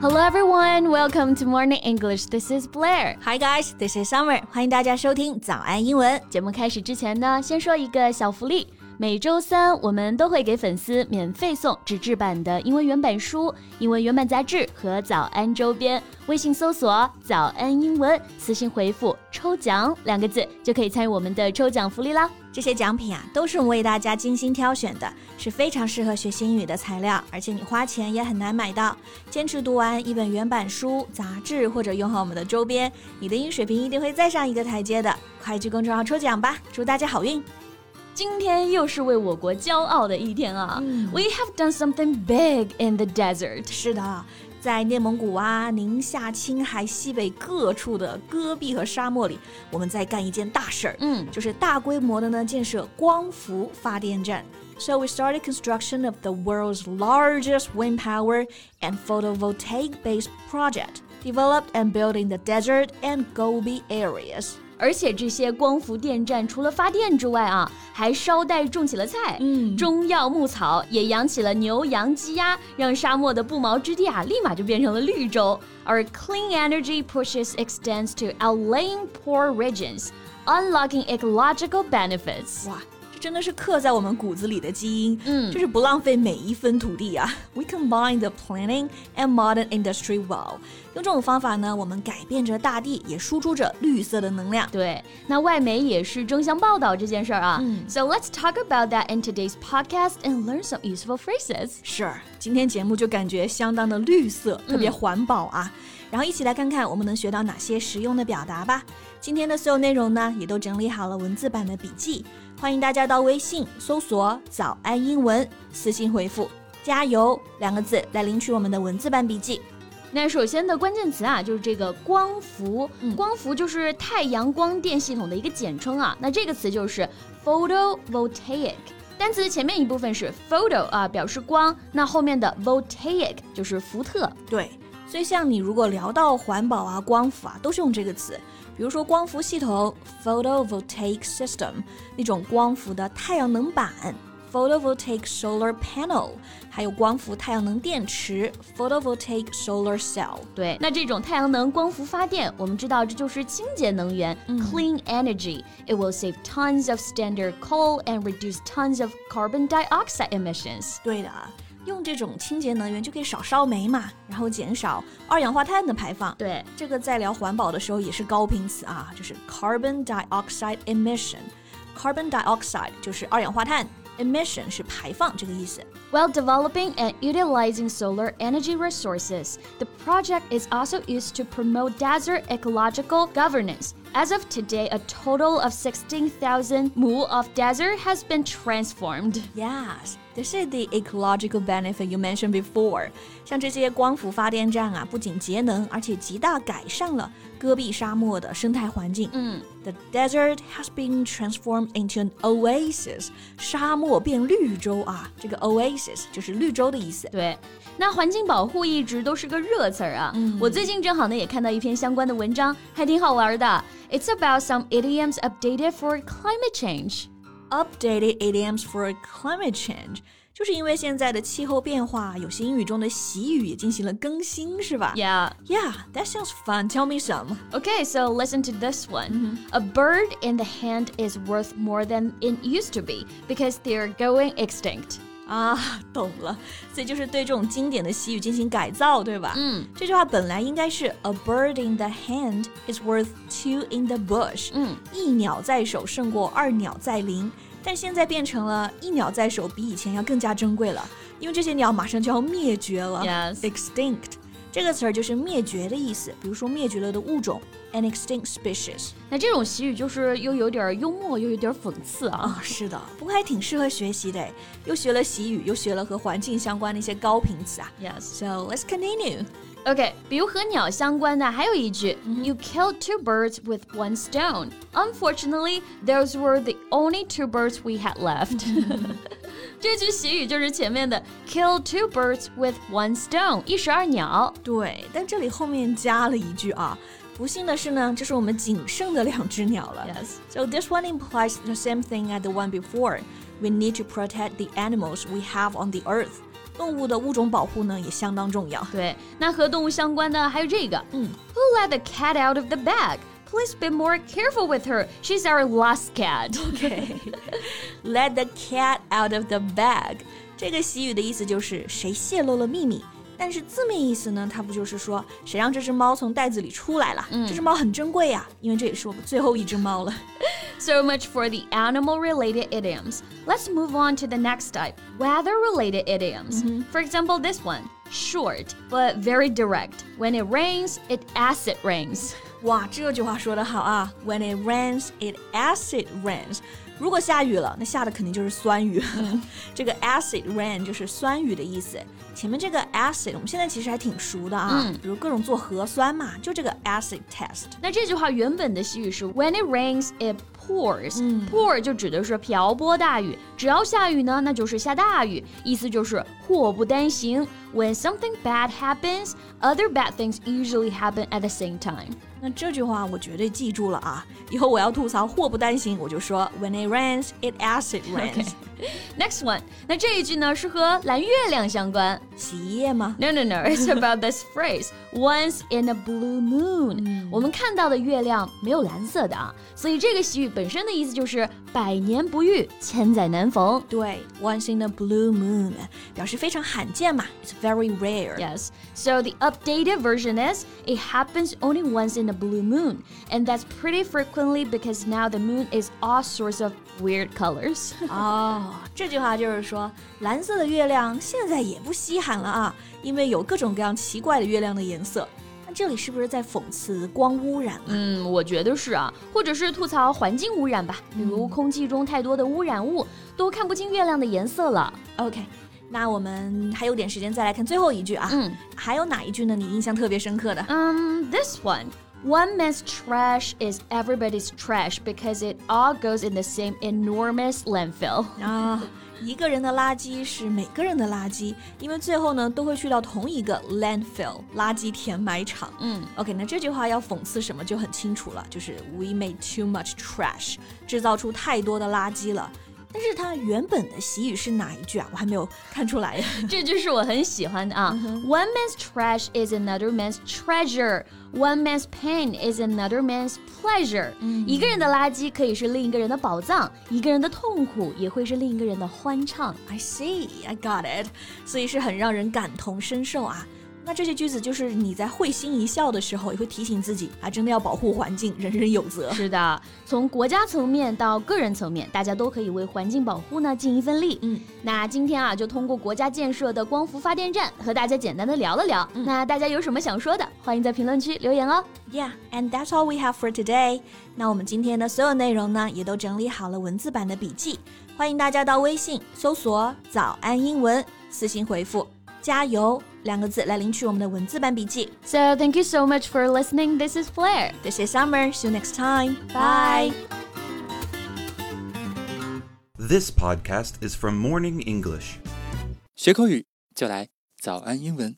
Hello everyone, welcome to Morning English. This is Blair. Hi guys, this is Summer. 欢迎大家收听早安英文。节目开始之前呢，先说一个小福利。每周三我们都会给粉丝免费送纸质版的英文原版书、英文原版杂志和早安周边。微信搜索“早安英文”，私信回复“抽奖”两个字就可以参与我们的抽奖福利啦。这些奖品啊，都是我们为大家精心挑选的，是非常适合学习英语的材料，而且你花钱也很难买到。坚持读完一本原版书、杂志，或者用好我们的周边，你的英语水平一定会再上一个台阶的。快去公众号抽奖吧，祝大家好运！今天又是为我国骄傲的一天啊、w e have done something big in the desert. 是的，在内蒙古啊、宁夏、青海西北各处的戈壁和沙漠里，我们在干一件大事儿。嗯，就是大规模的呢建设光伏发电站。So we started construction of the world's largest wind power and photovoltaic based project, developed and built in the desert and Gobi areas. 而且这些光伏电站除了发电之外啊，还捎带种起了菜，嗯中药牧草也养起了牛羊鸡鸭，让沙漠的不毛之地啊，立马就变成了绿洲。而 clean energy pushes extends to outlying poor regions, unlocking ecological benefits. 哇，这真的是刻在我们骨子里的基因，嗯就是不浪费每一分土地啊。We combine the planning and modern industry well，用这种方法呢，我们改变着大地，也输出着绿色的能量。对，那外媒也是争相报道这件事儿啊。嗯 So let's talk about that in today's podcast and learn some useful phrases. 是，今天节目就感觉相当的绿色，特别环保啊。然后一起来看看我们能学到哪些实用的表达吧。今天的所有内容呢，也都整理好了文字版的笔记，欢迎大家到微信搜索“早安英文”，私信回复“加油”两个字来领取我们的文字版笔记。那首先的关键词啊，就是这个光伏。嗯光伏就是太阳光电系统的一个简称啊。那这个词就是 photovoltaic。单词前面一部分是 photo 啊，表示光，那后面的 voltaic 就是福特。对，所以像你如果聊到环保啊、光伏啊，都是用这个词。比如说光伏系统 （photovoltaic system），那种光伏的太阳能板 （photovoltaic solar panel），还有光伏太阳能电池 （photovoltaic solar cell）。对，那这种太阳能光伏发电，我们知道这就是清洁能源、c l e a n energy。It will save tons of standard coal and reduce tons of carbon dioxide emissions。对的啊，用这种清洁能源就可以少烧煤嘛，然后减少二氧化碳的排放。对，这个在聊环保的时候也是高频词啊，就是 carbon dioxide emission。carbon dioxide 就是二氧化碳，emission 是排放这个意思。 While developing and utilizing solar energy resources, the project is also used to promote desert ecological governance. As of today, a total of 16,000 mu of desert has been transformed. Yes, this is the ecological benefit you mentioned before. 像这些光伏发电站啊，不仅节能，而且极大改善了戈壁沙漠的生态环境。嗯，The desert has been transformed into an oasis. 沙漠变绿洲啊，这个 oasis 就是绿洲的意思。对，那环境保护一直都是个热词儿啊。我最近正好呢也看到一篇相关的文章，还挺好玩的。It's about some idioms updated for climate change. updated idioms for climate change，就是因为现在的气候变化，有些英语中的习语也进行了更新，是吧 Yeah. that sounds fun. Tell me some. Okay, so listen to this one. A bird in the hand is worth more than it used to be because they're going extinct. 啊，懂了，所以就是对这种经典的习语进行改造，对吧？嗯，这句话本来应该是 A bird in the hand is worth two in the bush。嗯，一鸟在手胜过二鸟在林，但现在变成了一鸟在手比以前要更加珍贵了，因为这些鸟马上就要灭绝了 Yes extinct 这个词儿就是灭绝的意思，比如说灭绝了的物种，an extinct species。那这种习语就是又有点幽默，又有点讽刺啊。啊、是的，不过还挺适合学习的诶，又学了习语，又学了和环境相关的一些高频词啊。 Yes. So let's continue. OK，比如和鸟相关的还有一句、y o u killed two birds with one stone. Unfortunately, those were the only two birds we had left. 这句习语就是前面的 “kill two birds with one stone”，一石二鸟。对，但这里后面加了一句啊，不幸的是呢，这是我们仅剩的两只鸟了。 Yes. So this one implies the same thing as the one before. We need to protect the animals we have on the earth. 动物的物种保护呢也相当重要。对，那和动物相关的还有这个，嗯 Who let the cat out of the bag? Please be more careful with her. She's our last cat. Let the cat out of the bag，这个习语的意思就是谁泄露了秘密。但是字面意思呢，它不就是说谁让这只猫从袋子里出来了？这只猫很珍贵呀、因为这也是我们最后一只猫了。 So much for the animal related idioms. Let's move on to the next type weather related idioms. For example, this one short but very direct. When it rains, it acid rains. 哇，这句话说得好啊！When it rains, it acid rains。如果下雨了，那下的肯定就是酸雨。 这个 acid rain 就是酸雨的意思。前面这个 acid 我们现在其实还挺熟的啊，比如各种做核酸嘛，就这个 acid test。那这句话原本的西语是 When it rains, it pours。pour 就指的是瓢泼大雨，只要下雨呢，那就是下大雨，意思就是祸不单行。When something bad happens, other bad things usually happen at the same time. 那这句话我绝对记住了啊！以后我要吐槽祸不单行，我就说 When it rains, it acid rains。 Next one，那这一句呢是和蓝月亮相关。洗衣液吗？ No, no, no. It's about this phrase. Once in a blue moon，、我们看到的月亮没有蓝色的啊，所以这个习语本身的意思就是百年不遇，千载难逢。对，Once in a blue moon，表示非常罕见嘛，It's very rare。 Yes. So the updated version is it happens only once in a blue moon, and that's pretty frequently because now the moon is all sorts of weird colors. 哦，这句话就是说，蓝色的月亮现在也不稀罕了啊，因为有各种各样奇怪的月亮的颜色。那这里是不是在讽刺光污染啊？嗯，我觉得是啊，或者是吐槽环境污染吧，比如空气中太多的污染物，都看不清月亮的颜色了。 OK，那我们还有点时间再来看最后一句啊。嗯，还有哪一句呢？你印象特别深刻的？ Um, this one. One man's trash is everybody's trash because it all goes in the same enormous landfill. 啊，一个人的垃圾是每个人的垃圾，因为最后呢都会去到同一个 landfill 垃圾填埋场。嗯，OK，那这句话要讽刺什么就很清楚了，就是 we made too much trash，制造出太多的垃圾了。但是它原本的习语是哪一句啊？我还没有看出来。 这就是我很喜欢的啊。One man's trash is another man's treasure. One man's pain is another man's pleasure. 一个人的垃圾可以是另一个人的宝藏，一个人的痛苦也会是另一个人的欢畅。 I see, I got it，所以是很让人感同身受啊。那这些句子就是你在会心一笑的时候，也会提醒自己啊，真的要保护环境，人人有责。是的，从国家层面到个人层面，大家都可以为环境保护呢尽一份力。嗯，那今天啊，就通过国家建设的光伏发电站和大家简单的聊了聊。那大家有什么想说的，欢迎在评论区留言哦。 Yeah, and that's all we have for today. 那我们今天的所有内容呢，也都整理好了文字版的笔记，欢迎大家到微信搜索“早安英文”，私信回复“加油”两个字来领取我们的文字版笔记。 So thank you so much for listening. This is Flair. This is Summer. See you next time. Bye. Bye. This podcast is from Morning English. 学口语就来早安英文。